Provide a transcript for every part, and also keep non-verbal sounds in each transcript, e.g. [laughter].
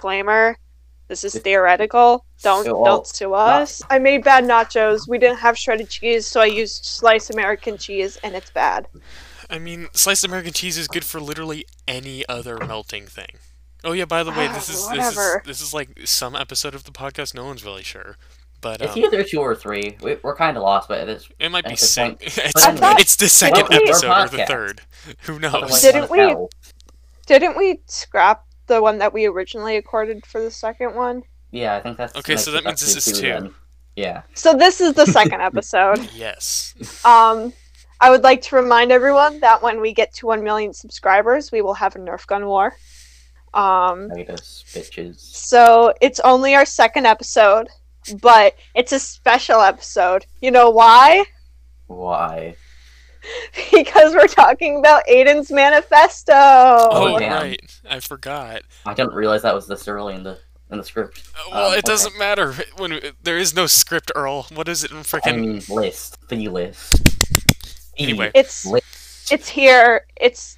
disclaimer this is theoretical. Don't Sue don't us. sue us. I made bad nachos. We didn't have shredded cheese, so I used sliced American cheese, and it's bad. I mean, sliced American cheese is good for literally any other melting thing. Oh yeah, by the way, this is this is Whatever. this is like some episode of the podcast. No one's really sure, but It's um, either two or three. We, we're kind of lost, but it's it might be That's the sick. point. [laughs] It's, I thought- it's the second Well, we- episode or the podcast. third. Who otherwise knows? Didn't known as we- hell. Didn't we scrap the one that we originally recorded for the second one? Yeah, I think that's Okay, makes so it that back means this to is two. then. Yeah, So this is the second episode. Yes. Um, I would like to remind everyone that when we get to 1 million subscribers, we will have a Nerf gun war. Um, Vegas bitches. so it's only our second episode, but it's a special episode. You know why? Why? [laughs] Because we're talking about Aiden's manifesto. Oh, damn. right, I forgot. I didn't realize that was this early in the in the script. Uh, Well, Um, it okay. doesn't matter [laughs] when there is no script, Earl. What is it in I freaking? mean, list the list. The- Anyway. It's Lit. it's here. It's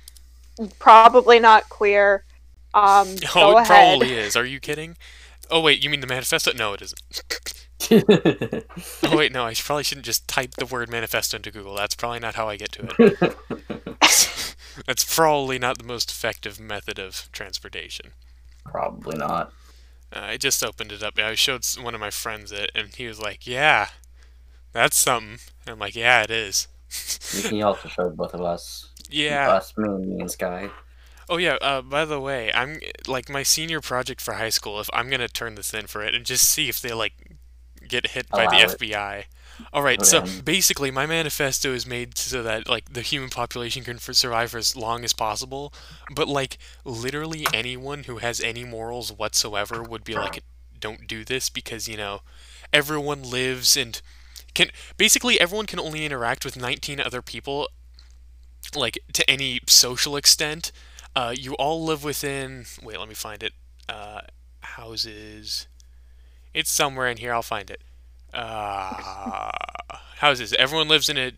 probably not queer. Um, [laughs] [laughs] Oh, go it ahead. probably is. Are you kidding? Oh wait, you mean the manifesto? No, it isn't. [laughs] Oh wait, no, I sh- probably shouldn't just type the word manifesto into Google. That's probably not how I get to it. [laughs] That's probably not the most effective method of transportation. [laughs] Probably not. Uh, I just opened it up. I showed s- one of my friends it, and he was like, "Yeah, that's something." And I'm like, "Yeah, it is." He also showed both of us. Yeah. Us, me, me, and Sky. Oh yeah, uh, by the way, I'm like my senior project for high school. If I'm gonna turn this in for it and just see if they like get hit by Allow the it. FBI. All right, Oh, so damn. basically, my manifesto is made so that like the human population can for survive for as long as possible. But like literally anyone who has any morals whatsoever would be like, don't do this because you know everyone lives and can basically everyone can only interact with 19 other people like to any social extent uh, you all live within wait let me find it uh, houses it's somewhere in here i'll find it uh, [laughs] houses everyone lives in a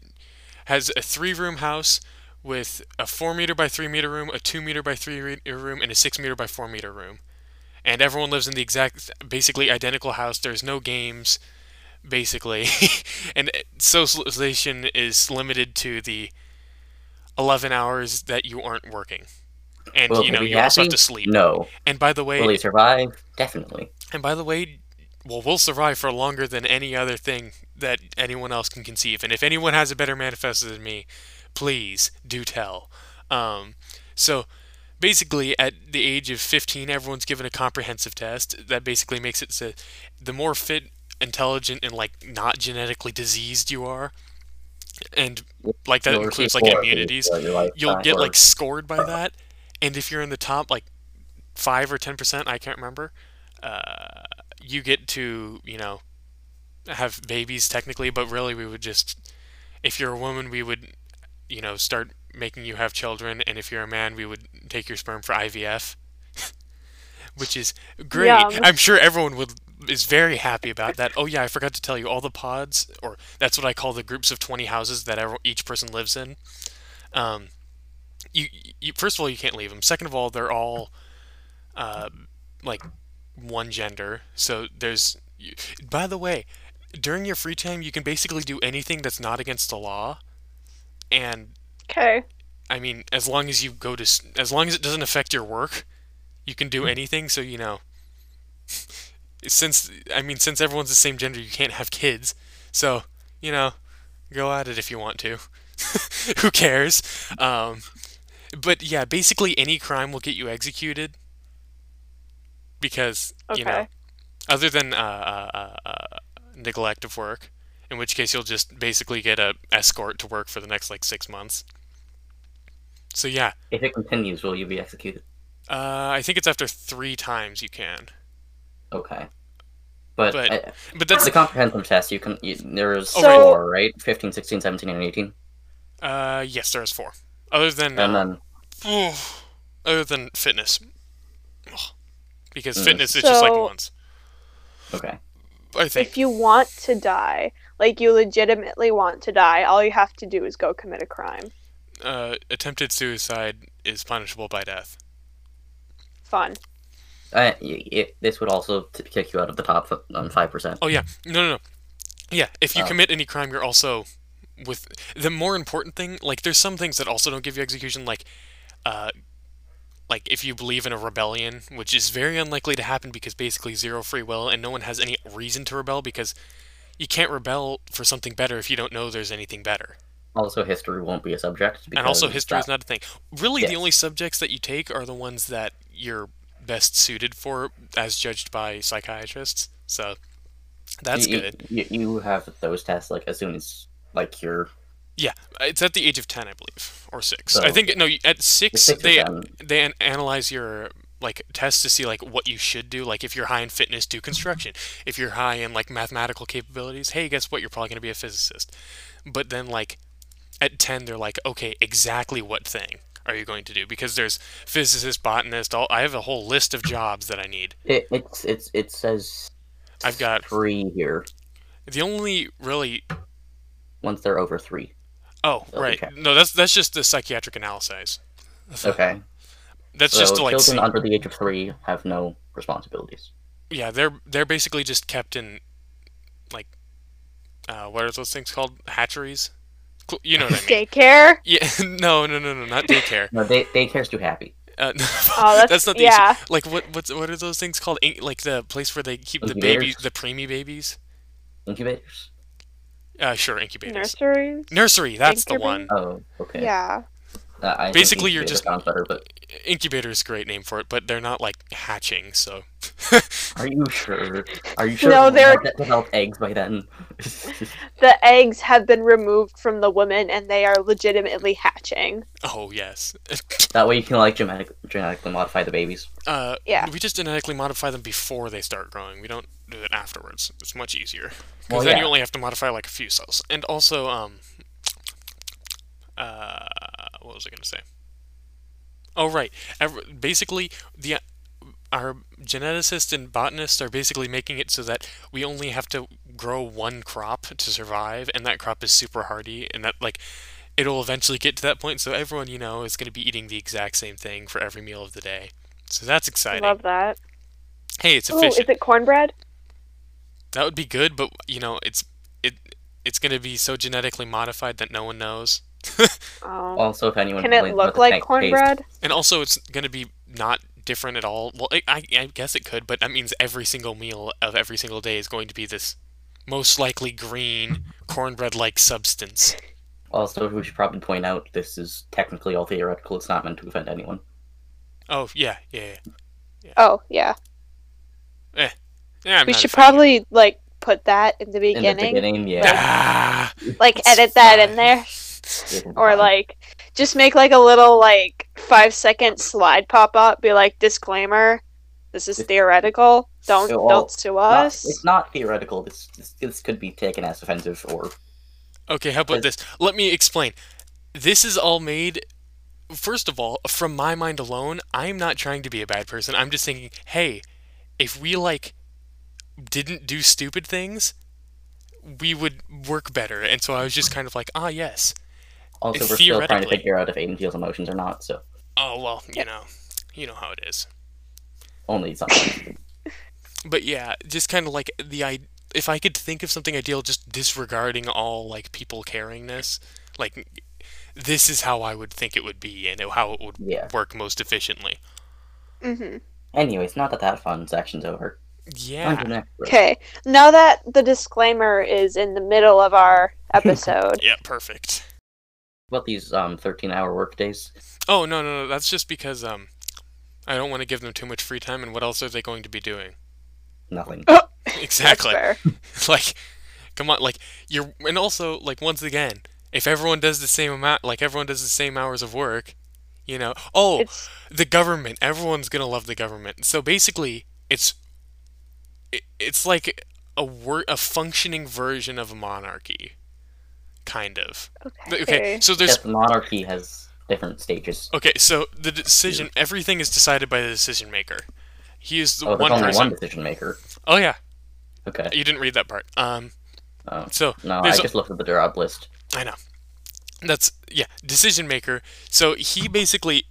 has a three room house with a four meter by three meter room a two meter by three meter room and a six meter by four meter room and everyone lives in the exact basically identical house there's no games basically [laughs] and socialization is limited to the 11 hours that you aren't working and Well, you can know we you also have happy? to sleep No. and by the way Will he survive? Definitely. and by the way, well, we'll survive for longer than any other thing that anyone else can conceive. And if anyone has a better manifesto than me, please do tell. Um, so basically, at the age of 15, everyone's given a comprehensive test that basically makes it so the more fit, intelligent, and like not genetically diseased you are, and like that You'll includes receive like four of these immunities, throughout your lifetime, you'll get or- like scored by that and if you're in the top like 5 or 10% i can't remember uh, you get to you know have babies technically but really we would just if you're a woman we would you know start making you have children and if you're a man we would take your sperm for ivf [laughs] which is great Yum. i'm sure everyone would is very happy about that oh yeah i forgot to tell you all the pods or that's what i call the groups of 20 houses that every- each person lives in um, you, you first of all you can't leave them. Second of all, they're all uh, like one gender. So there's. You, by the way, during your free time, you can basically do anything that's not against the law, and Okay. I mean, as long as you go to, s- as long as it doesn't affect your work, you can do anything. So you know, [laughs] since I mean, since everyone's the same gender, you can't have kids. So you know, go at it if you want to. [laughs] Who cares? Um, but yeah, basically any crime will get you executed because you know, Okay. other than uh, uh, uh, uh, neglect of work, in which case you'll just basically get a escort to work for the next like six months. So yeah, If it continues, will you be executed? uh, I think it's after three times you can. Okay. But, But- Oh, I- But that's the comprehensive test, you can. You, there is So- four, right? 15, 16, 17, and 18. uh, yes, there's four. Other than And uh, then oof, other than fitness, Ugh. because Mm. fitness is just like So- once. okay. I think If you want to die, like you legitimately want to die, all you have to do is go commit a crime. uh, attempted suicide is punishable by death. Fun. Uh, y it, this would also t- kick you out of the top f- on five percent. Oh yeah, no, no, no. Yeah, if you Oh. commit any crime, you're also with the more important thing. Like, there's some things that also don't give you execution. Like, uh, like if you believe in a rebellion, which is very unlikely to happen because basically zero free will and no one has any reason to rebel because you can't rebel for something better if you don't know there's anything better. Also, history won't be a subject. and also, because history that- is not a thing. Really, Yes. the only subjects that you take are the ones that you're best suited for, as judged by psychiatrists. So that's you, good. You, you have those tests like as soon as like you're Yeah, it's at the age of ten, I believe, or six. So- I think no, you- at six, six or they seven. they an- analyze your like tests to see like what you should do. Like if you're high in fitness, do construction. If you're high in like mathematical capabilities, hey, guess what? You're probably gonna be a physicist. But then like at ten, they're like, okay, exactly what thing are you going to do? Because there's physicist, botanist. All I have a whole list of jobs that I need. It, it's it's it says I've got- three here. The only really Once they're over three, oh Oh, right okay. no that's that's just the psychiatric analysis. okay. That's so just to like children see. under the age of three have no responsibilities. yeah, they're they're basically just kept in like uh, what are those things called? Hatcheries? Cl- You know what I mean? Daycare. [laughs] Yeah, no, no, no, no, not daycare. No, they daycare's too happy. Uh, [laughs] no, [laughs] Oh, that's, not the yeah. issue. Like what what's what are those things called? In- like the place where they keep the Incubators? babies, the preemie babies? Incubators. Uh, sure, incubators. Nurseries. Nursery, that's the Incubator? one. Oh, okay. Yeah. Uh, I think Basically, you're incubator just- sounds better, but Incubator is a great name for it, but they're not like hatching, so are you sure? [laughs] Are you sure? No, we'll they're- have de- developed eggs by then. [laughs] The eggs have been removed from the women and they are legitimately hatching. oh yes. [laughs] that way, you can like genetic- genetically modify the babies. uh, Yeah. We just genetically modify them before they start growing. We don't do it afterwards. It's much easier. Because Well, then yeah. you only have to modify like a few cells. And also, um, uh, what was I going to say? Oh, right. Ever basically, the our geneticists and botanists are basically making it so that we only have to grow one crop to survive, and that crop is super hardy, and that like it'll eventually get to that point. So everyone you know is going to be eating the exact same thing for every meal of the day. So that's exciting. Love that. hey, it's Ooh, is efficient. it cornbread? That would be good, but you know, it's it it's going to be so genetically modified that no one knows. Oh. Also, if anyone Can it complains about look the like tank taste, cornbread? And also, it's going to be not different at all. Well, I, I I guess it could, but that means every single meal of every single day is going to be this most likely green cornbread-like substance. Also, we should probably point out this is technically all theoretical. It's not meant to offend anyone. Oh yeah, yeah, yeah. Oh, yeah. yeah I'm we not should offended. probably like put that in the beginning. In the beginning, yeah. Ah, Like It's edit that in fine. there It'll be or fine. like just make like a little like 5 second slide pop up be like disclaimer. This is It's- theoretical. Don't It'll- don't sue Not- us. it's not theoretical. This, this this could be taken as offensive or Okay, how about this? Let me explain. This is all made, first of all, from my mind alone. I'm not trying to be a bad person. I'm just thinking, hey, if we, like, didn't do stupid things, we would work better. And so I was just kind of like, ah, yes. also It's we're still trying to theoretically. figure out if Aiden feels emotions or not. So Oh, well, you know, you know how it is. [laughs] only something. But yeah, just kind of like the I if I could think of something ideal, just disregarding all like people caringness, like this is how I would think it would be and how it would yeah. work most efficiently. mm-hmm. Anyways, not that that fun section's over. On to Yeah. the next bro. Okay. Now that the disclaimer is in the middle of our episode, Yeah, perfect. About these um thirteen hour work days. Oh no no no, that's just because um I don't want to give them too much free time and what else are they going to be doing? Nothing. [laughs] Oh, that's Exactly. fair. [laughs] Like come on, like you're and also like once again, if everyone does the same amount like everyone does the same hours of work, you know. Oh, It's the government. Everyone's gonna love the government. So basically, it's it, it's like a wor- a functioning version of a monarchy, kind of. okay. Th- Okay, so there's Except monarchy has different stages. okay, so the decision, everything is decided by the decision maker. He is the Oh, one there's only person. one decision maker. Oh yeah, Okay. you didn't read that part. Um, Oh. so No, There's I a- just looked at the job list. I know. That's yeah, decision maker. So he basically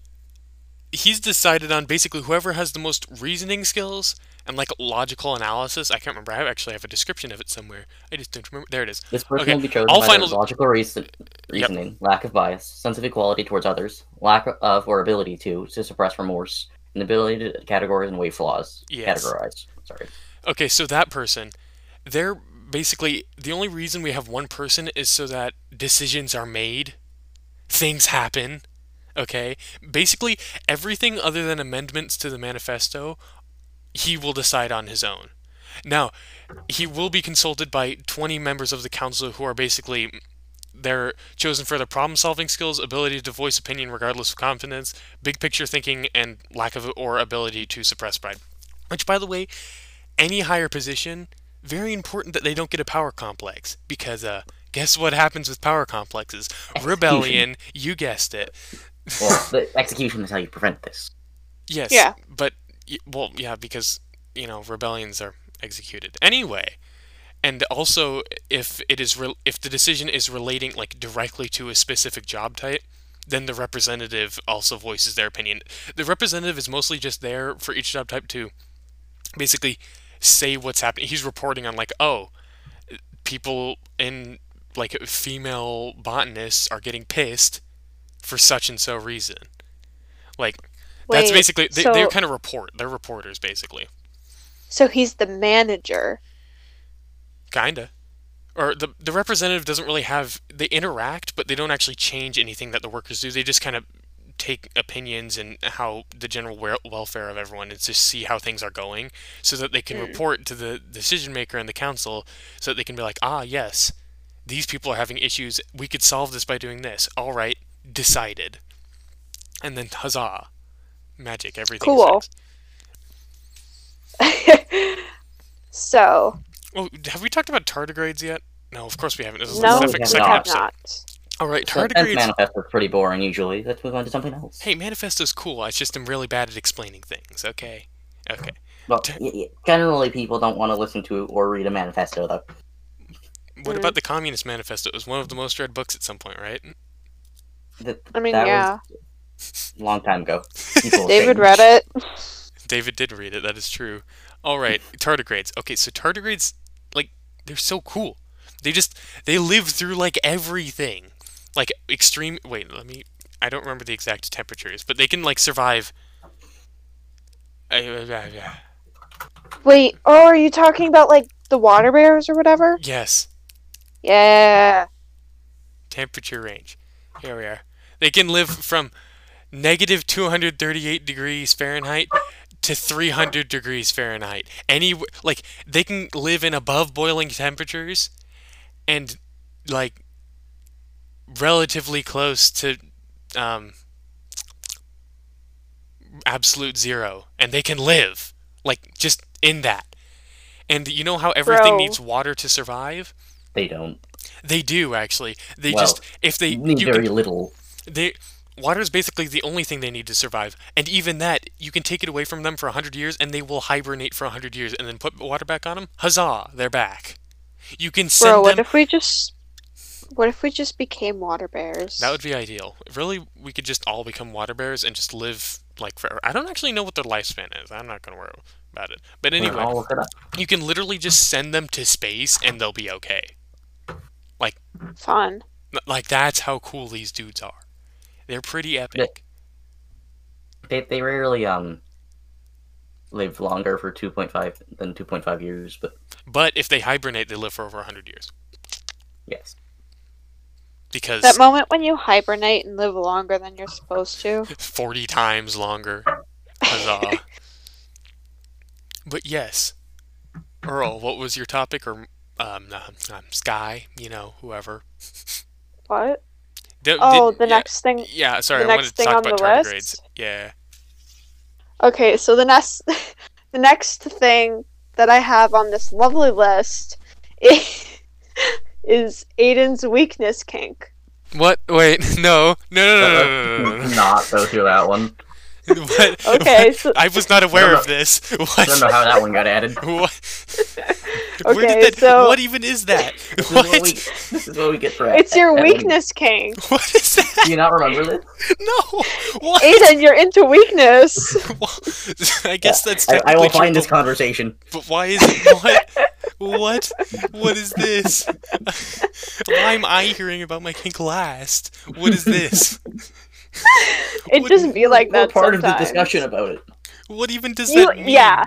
he's decided on basically whoever has the most reasoning skills and like logical analysis. I can't remember. I actually have a description of it somewhere. I just don't remember. There it is. This person Okay, will be chosen all by finals- their logical reason- reasoning, lack of bias, sense of equality towards others, lack of or ability to to suppress remorse, and ability to categorize and weigh flaws. Yes. Categorize. Sorry. Okay, so that person, they're basically the only reason we have one person is so that decisions are made, things happen. Okay, basically everything other than amendments to the manifesto, he will decide on his own. Now, he will be consulted by 20 members of the council who are basically they're chosen for their problem-solving skills, ability to voice opinion regardless of confidence, big picture thinking, and lack of or ability to suppress pride. Which, by the way, any higher position, very important that they don't get a power complex because uh, guess what happens with power complexes? Rebellion. You guessed it. [laughs] Well, the execution is how you prevent this. Yes. Yeah. But y- well, yeah, because you know rebellions are executed anyway, and also if it is re- if the decision is relating like directly to a specific job type, then the representative also voices their opinion. The representative is mostly just there for each job type to basically say what's happening. He's reporting on like, oh, people in like female botanists are getting pissed for such and so reason. Like that's Wait, basically they, so, they're kind of report. They're reporters basically, so he's the manager. kinda. Or the the representative doesn't really have they interact, but they don't actually change anything that the workers do. They just kind of take opinions and how the general wel- welfare of everyone and just see how things are going, so that they can Hmm. report to the decision maker and the council, so that they can be like, ah, yes, these people are having issues. We could solve this by doing this. All right, decided. And then huzzah, magic, everything. Cool. fixed. so Oh, have we talked about tardigrades yet? No, of course we haven't. This is no, the we have sec- we second have episode. not. All right, So the tenth tardigrades. manifesto is pretty boring usually. Let's move on to something else. Hey, manifesto's cool. I just am really bad at explaining things. Okay, okay. Well, y- y- generally people don't want to listen to or read a manifesto though. What Mm. about the Communist Manifesto? It was one of the most read books at some point, right? That, I mean, that yeah, was a long time [laughs] ago. People David changed. read it. David did read it. That is true. [laughs] All right, tardigrades. Okay, so tardigrades, like they're so cool. They just they live through like everything, like extreme. Wait, let me. I don't remember the exact temperatures, but they can like survive. I- Wait, oh, are you talking about like the water bears or whatever? Yes. Yeah. temperature range. Here we are. They can live from negative 238 degrees Fahrenheit to 300 degrees Fahrenheit. Any like they can live in above boiling temperatures and like relatively close to um absolute zero and they can live like just in that. And you know how everything Bro. needs water to survive? They don't. They do actually. They Well, just if they They need e-, you can very little. they water is basically the only thing they need to survive and even that you can take it away from them for 100 years and they will hibernate for 100 years and then put water back on them huzzah they're back you can send Bro, what them if we just what if we just became water bears? that would be ideal really we could just all become water bears and just live like forever i don't actually know what their lifespan is i'm not going to worry about it but Well, anyway I'll look it up. you can literally just send them to space and they'll be okay fun. N- like that's how cool these dudes are they're pretty epic They, they rarely um live longer for 2.5 than 2.5 years, but but if they hibernate they live for over 100 years yes. because That moment when you hibernate and live longer than you're supposed to. [laughs] 40 times longer. [laughs] Huzzah. but yes, Earl, what was your topic? Or um, uh, um, Sky, you know, whoever. What? Th- Oh, did- the yeah, next thing. Yeah, sorry, the I next wanted to thing talk on about the tardigrades. list? Yeah. Okay, so the next [laughs] the next thing that I have on this lovely list [laughs] is, is Aiden's weakness kink. What? Wait, [laughs] no. No, no, no, no, no, no, no. uh, [laughs] not go through that one. [laughs] no. [laughs] what? Okay, so I was not aware No, of this. [laughs] I don't [laughs] What? know how that one got added. [laughs] What? Where did Okay, that, so- what even is that? This is what? what, we, this is what we get for It's your Evan. weakness, King. [laughs] what is that? Do you not remember this? No. [laughs] What? Aiden, you're into weakness. [laughs] Well, [laughs] I guess that's. I, I technically will true, find this but- conversation. But why is it what? What? What is this? [laughs] Why am I hearing about my kink last? What [laughs] is this? It What- just be like We're that. part of the sometimes. discussion about it. What even does You- that mean? yeah.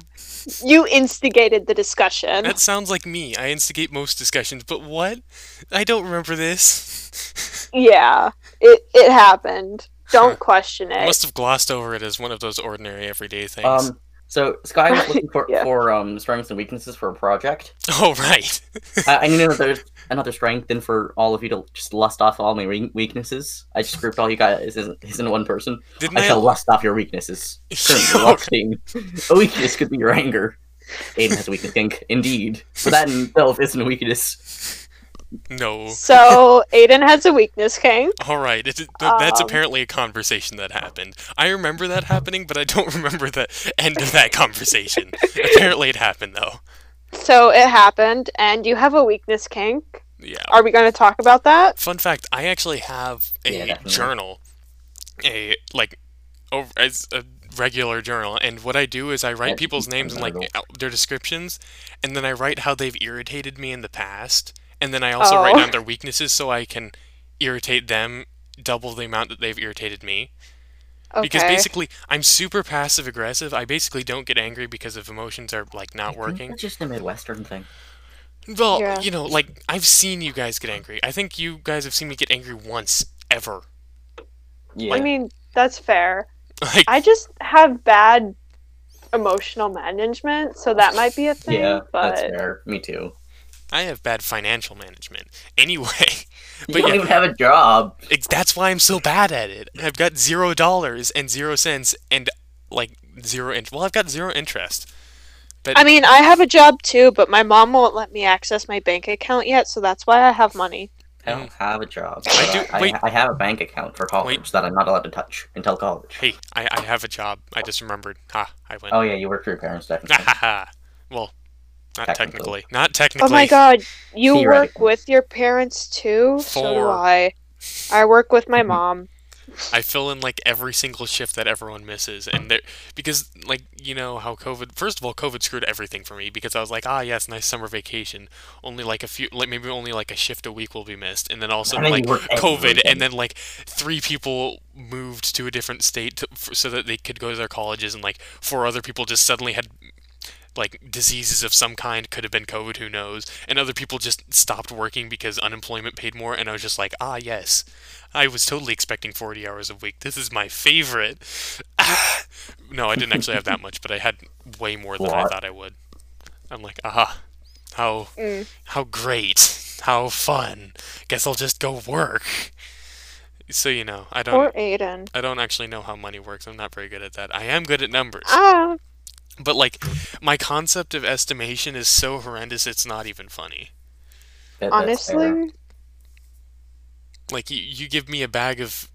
You instigated the discussion. That sounds like me. I instigate most discussions, but what? I don't remember this. Yeah, it it happened. Don't question I it. must have glossed over it as one of those ordinary everyday things. [laughs] Um, so Sky was looking for, [laughs] Yeah. for um, strengths and weaknesses for a project. oh, right. I, I know there's another strength, and for all of you to just lust off all my we- weaknesses, I just grouped all you guys isn't isn't one person. Didn't I I? shall lust off your weaknesses. Certainly, [laughs] Yeah, lusting. A weakness could be your anger. Aiden has a weakness, think. Indeed. But that in itself isn't a weakness. No. So Aiden has a weakness, King. All right. It, th- that's Um, apparently a conversation that happened. I remember that happening, but I don't [laughs] remember the end of that conversation. apparently, it happened though. So it happened, and you have a weakness, King. Yeah. Are we going to talk about that? Fun fact: I actually have a Yeah, definitely. journal, a like, over, as a regular journal, and what I do is I write That's people's names and like incredible. out- their descriptions, and then I write how they've irritated me in the past, and then I also Oh. write down their weaknesses so I can irritate them double the amount that they've irritated me. Okay. Because basically, I'm super passive aggressive. I basically don't get angry because if emotions are like not working. It's just a Midwestern thing. Well, Mm-hmm. Yeah. you know, like I've seen you guys get angry. I think you guys have seen me get angry once ever. [laughs] Yeah. I mean, that's fair. Like I just have bad emotional management, so that might be a thing. yeah, but that's fair. Me too. I have bad financial management. Anyway, [laughs] You But don't yeah. even have a job. it, that's why I'm so bad at it. I've got zero dollars and zero cents and like zero. In- well, I've got zero interest. I mean, I have a job too, but my mom won't let me access my bank account yet, so that's why I have money. I don't have a job. I but do- Mm. wait. I, I have a bank account for college that I'm not allowed to touch until college. Hey, I, I have a job. I just remembered. Ha! I win. Oh yeah, you work for your parents, [laughs] Ha definitely. ha ha. Well, not Technically. technically. Not Oh technically. my god, you work Theoretically. with your parents too? So do Four. I. I work with Mm-hmm. my mom. I fill in like every single shift that everyone misses, and there because like you know how COVID. First of all, COVID screwed everything for me because I was like, ah, yes, nice summer vacation. Only like a few, like maybe only like a shift a week will be missed, and then also And then you like work [laughs] COVID, everything. and then like three people moved to a different state to, f so that they could go to their colleges, and like four other people just suddenly had like diseases of some kind could have been COVID, who knows? And other people just stopped working because unemployment paid more, and I was just like, ah, yes, I was totally expecting 40 hours a week. This is my favorite. [sighs] Ah. No, I didn't actually have that much, but I had way more than I Lot. thought I would. I'm like, aha, how Mm. how great, how fun. Guess I'll just go work. So you know, I don't. Poor Aiden. I don't actually know how money works. I'm not very good at that. I am good at numbers. Ah, But like my concept of estimation is so horrendous it's not even funny. That- that's fair. honestly? Like you, you give me a bag of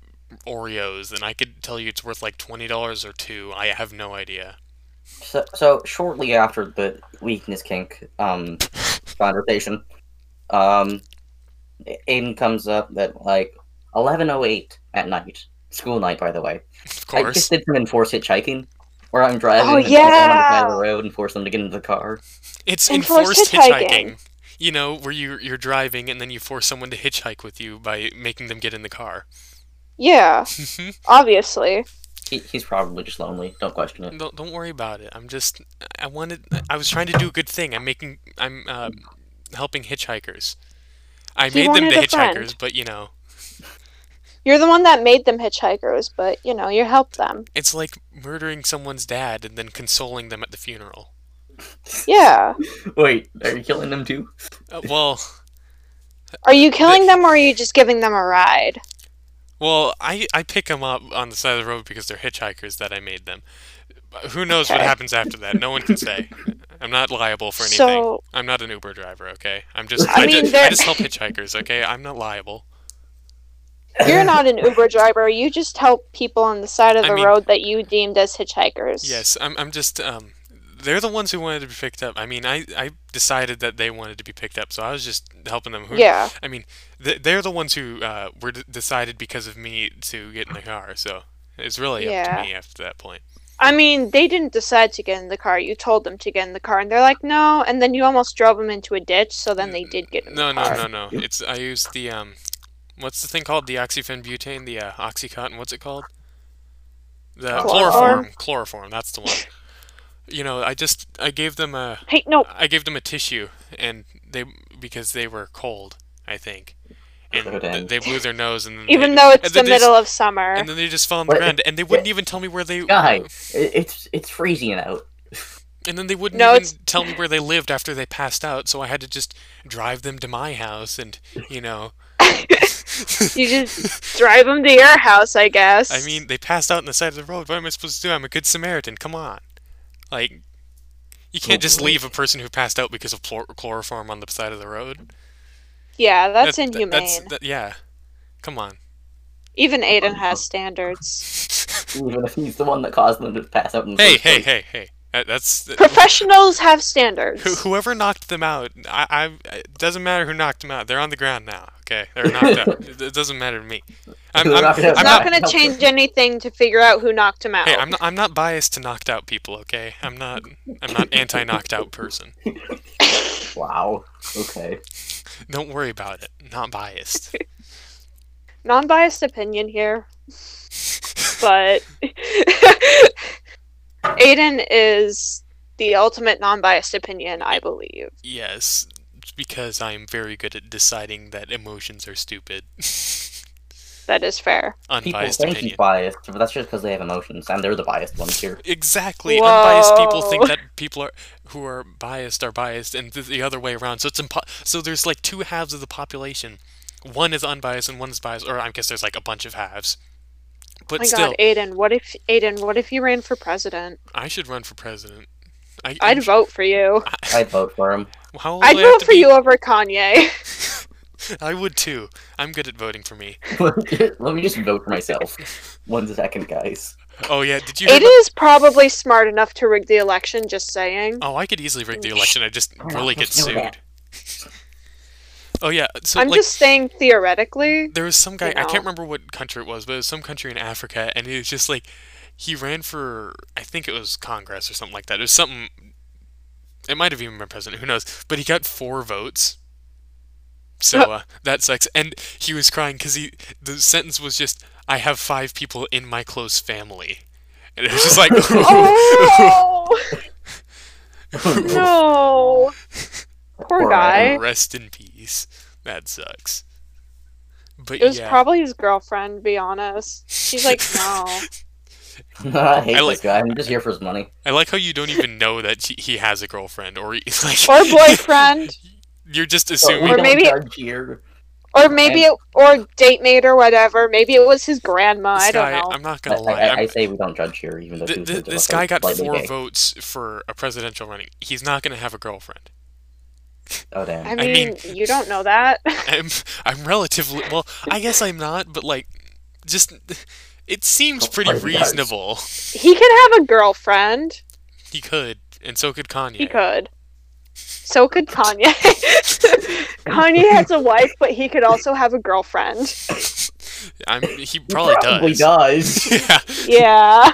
Oreos and I could tell you it's worth like twenty dollars or two. I have no idea. So, so shortly after the weakness kink um conversation, um, Aiden comes up at like 11:08 at night, school night, by the way. Of I just course. did some enforced hitchhicking, where I'm driving Oh, and pull someone to the yeah! side of the road and force them to get into the car. It's Enforced enforced hitchhiking. hitchhiking. You know, where you you're driving and then you force someone to hitchhike with you by making them get in the car. [laughs] Yeah, obviously. He, he's probably just lonely. Don't question it. Don't don't worry about it. I'm just I wanted I was trying to do a good thing. I'm making I'm uh, helping hitchhikers. I He made them wanted the a friend. hitchhikers, but you know, You're the one that made them hitchhikers, but you know, you helped them. it's like murdering someone's dad and then consoling them at the funeral. Yeah. Mm-hmm. Wait, are you killing them too? Uh, well, Are you killing them or are you just giving them a ride? well, I I pick them up on the side of the road because they're hitchhikers that I made them. But Who knows what Okay. happens after that? No one can say. I'm not liable for anything. So, I'm not an Uber driver, okay? I'm just I I, mean, just, they're- I just help hitchhikers, okay? I'm not liable. you're not [laughs] an Uber driver. You just help people on the side of I the mean- road that you deemed as hitchhikers. Yes, I'm I'm just um they're the ones who wanted to be picked up. I mean, I, I decided that they wanted to be picked up, so I was just helping them. Who, Yeah. I mean, th- they're the ones who uh, were d- decided because of me to get in the car. So it's really up Yeah. to me after that point. I mean, they didn't decide to get in the car. You told them to get in the car, and they're like, no. And then you almost drove them into a ditch, so then they did get in No, the no, car. no, no. It's I used the um, what's the thing called? Deoxyphenbutane, the uh, OxyContin. What's it called? The Chloroform. chloroform. Chloroform. That's the one. You know, I just I gave them a Hey, no. I gave them a tissue, and they because they were cold, I think, and Oh, dang. th- they blew their nose, and then Even they, though it's the and then they just- middle of summer. and then they just fell on the What- ground, and they wouldn't even tell me where they, Guy, it- it's it's freezing out. and then they wouldn't No, even it's- tell me where they lived after they passed out, so I had to just drive them to my house, and you know, [laughs] You just drive them to your house, I guess. I mean, they passed out on the side of the road. What am I supposed to do? I'm a good Samaritan. Come on, like. You can't just boy. leave a person who passed out because of chlor- chloroform on the side of the road. yeah, that's That- that- inhumane. that's- that- yeah, come on. Even [laughs] Aiden has standards. Even if he's the one that caused them to pass out. In the Hey, first hey, place. hey, hey. That, that's uh, [laughs] Professionals have standards. who, whoever knocked them out. I, I it doesn't matter who knocked them out. They're on the ground now. Okay, they're [laughs] knocked out. It, it doesn't matter to me. I'm, They're I'm, knocked out. It's I'm not not. gonna- going to change anything to figure out who knocked him out. Hey, I'm not, I'm not biased to knocked out people. Okay, I'm not. I'm not anti knocked out person. Wow. Okay. Don't worry about it. Not biased. Non-biased opinion here, [laughs] but Aiden is the ultimate non-biased opinion, I believe. Yes, it's because I am very good at deciding that emotions are stupid. That is fair. People Unbiased think he's opinion. biased, but that's just because they have emotions, and they're the biased ones here. Exactly. Unbiased people think Whoa. that people are who are biased are biased, and th- the other way around. So it's impo- so there's like two halves of the population. One is unbiased and one is biased, or I guess there's like a bunch of halves. Oh But my still, God, Aiden, what if Aiden, what if you ran for president? I should run for president. I, I'd I'm- vote for you. I'd vote for him. [laughs] How old I'd do I have vote to for be? you over Kanye. I would too. I'm good at voting for me. Let me just vote for myself. One second, guys. [laughs] [laughs] Oh yeah, did [laughs] you? hear Aiden is probably smart enough to rig the election. Just saying. about- oh, I could easily rig the election. I just I'm not really get supposed to know sued. oh yeah, so I'm like. just saying [laughs] theoretically. there was some guy you I can't know. remember what country it was, but it was some country in Africa, and he was just like he ran for I think it was Congress or something like that. It was something. It might have even been president. Who knows? But he got four votes. So uh, that sucks. And he was crying because he the sentence was just I have five people in my close family, and it was just [laughs] like "Oh, Oh [laughs] no! Poor Poor guy. rest in peace. That sucks. But It was yeah. probably his girlfriend. Be honest. She's [laughs] like, no. I hate I like- this guy. I'm just here for his money. I like how you don't even know that he- he has a girlfriend or [laughs] he- like or boyfriend, You're just So we assuming. Or don't maybe- judge here. [laughs] or maybe it, or date mate or whatever. Maybe it was his grandma. this I guy, don't know. I'm not I, I, gonna lie. I- I I'm- say we don't judge here, even though th- he was th- slightly- this guy got slightly four gay. votes for a presidential running. He's not gonna have a girlfriend. Oh damn. I I mean, [laughs] mean- you don't know that. [laughs] I'm I'm relatively well. I guess I'm not, but like, just it seems Don't pretty play the dice. reasonable. he could have a girlfriend. He could, and so could Kanye. He could. So could [laughs] Kanye. [laughs] Kanye has a wife, but he could also have a [laughs] girlfriend. I'm, he He probably probably does. does. [laughs] yeah. Yeah.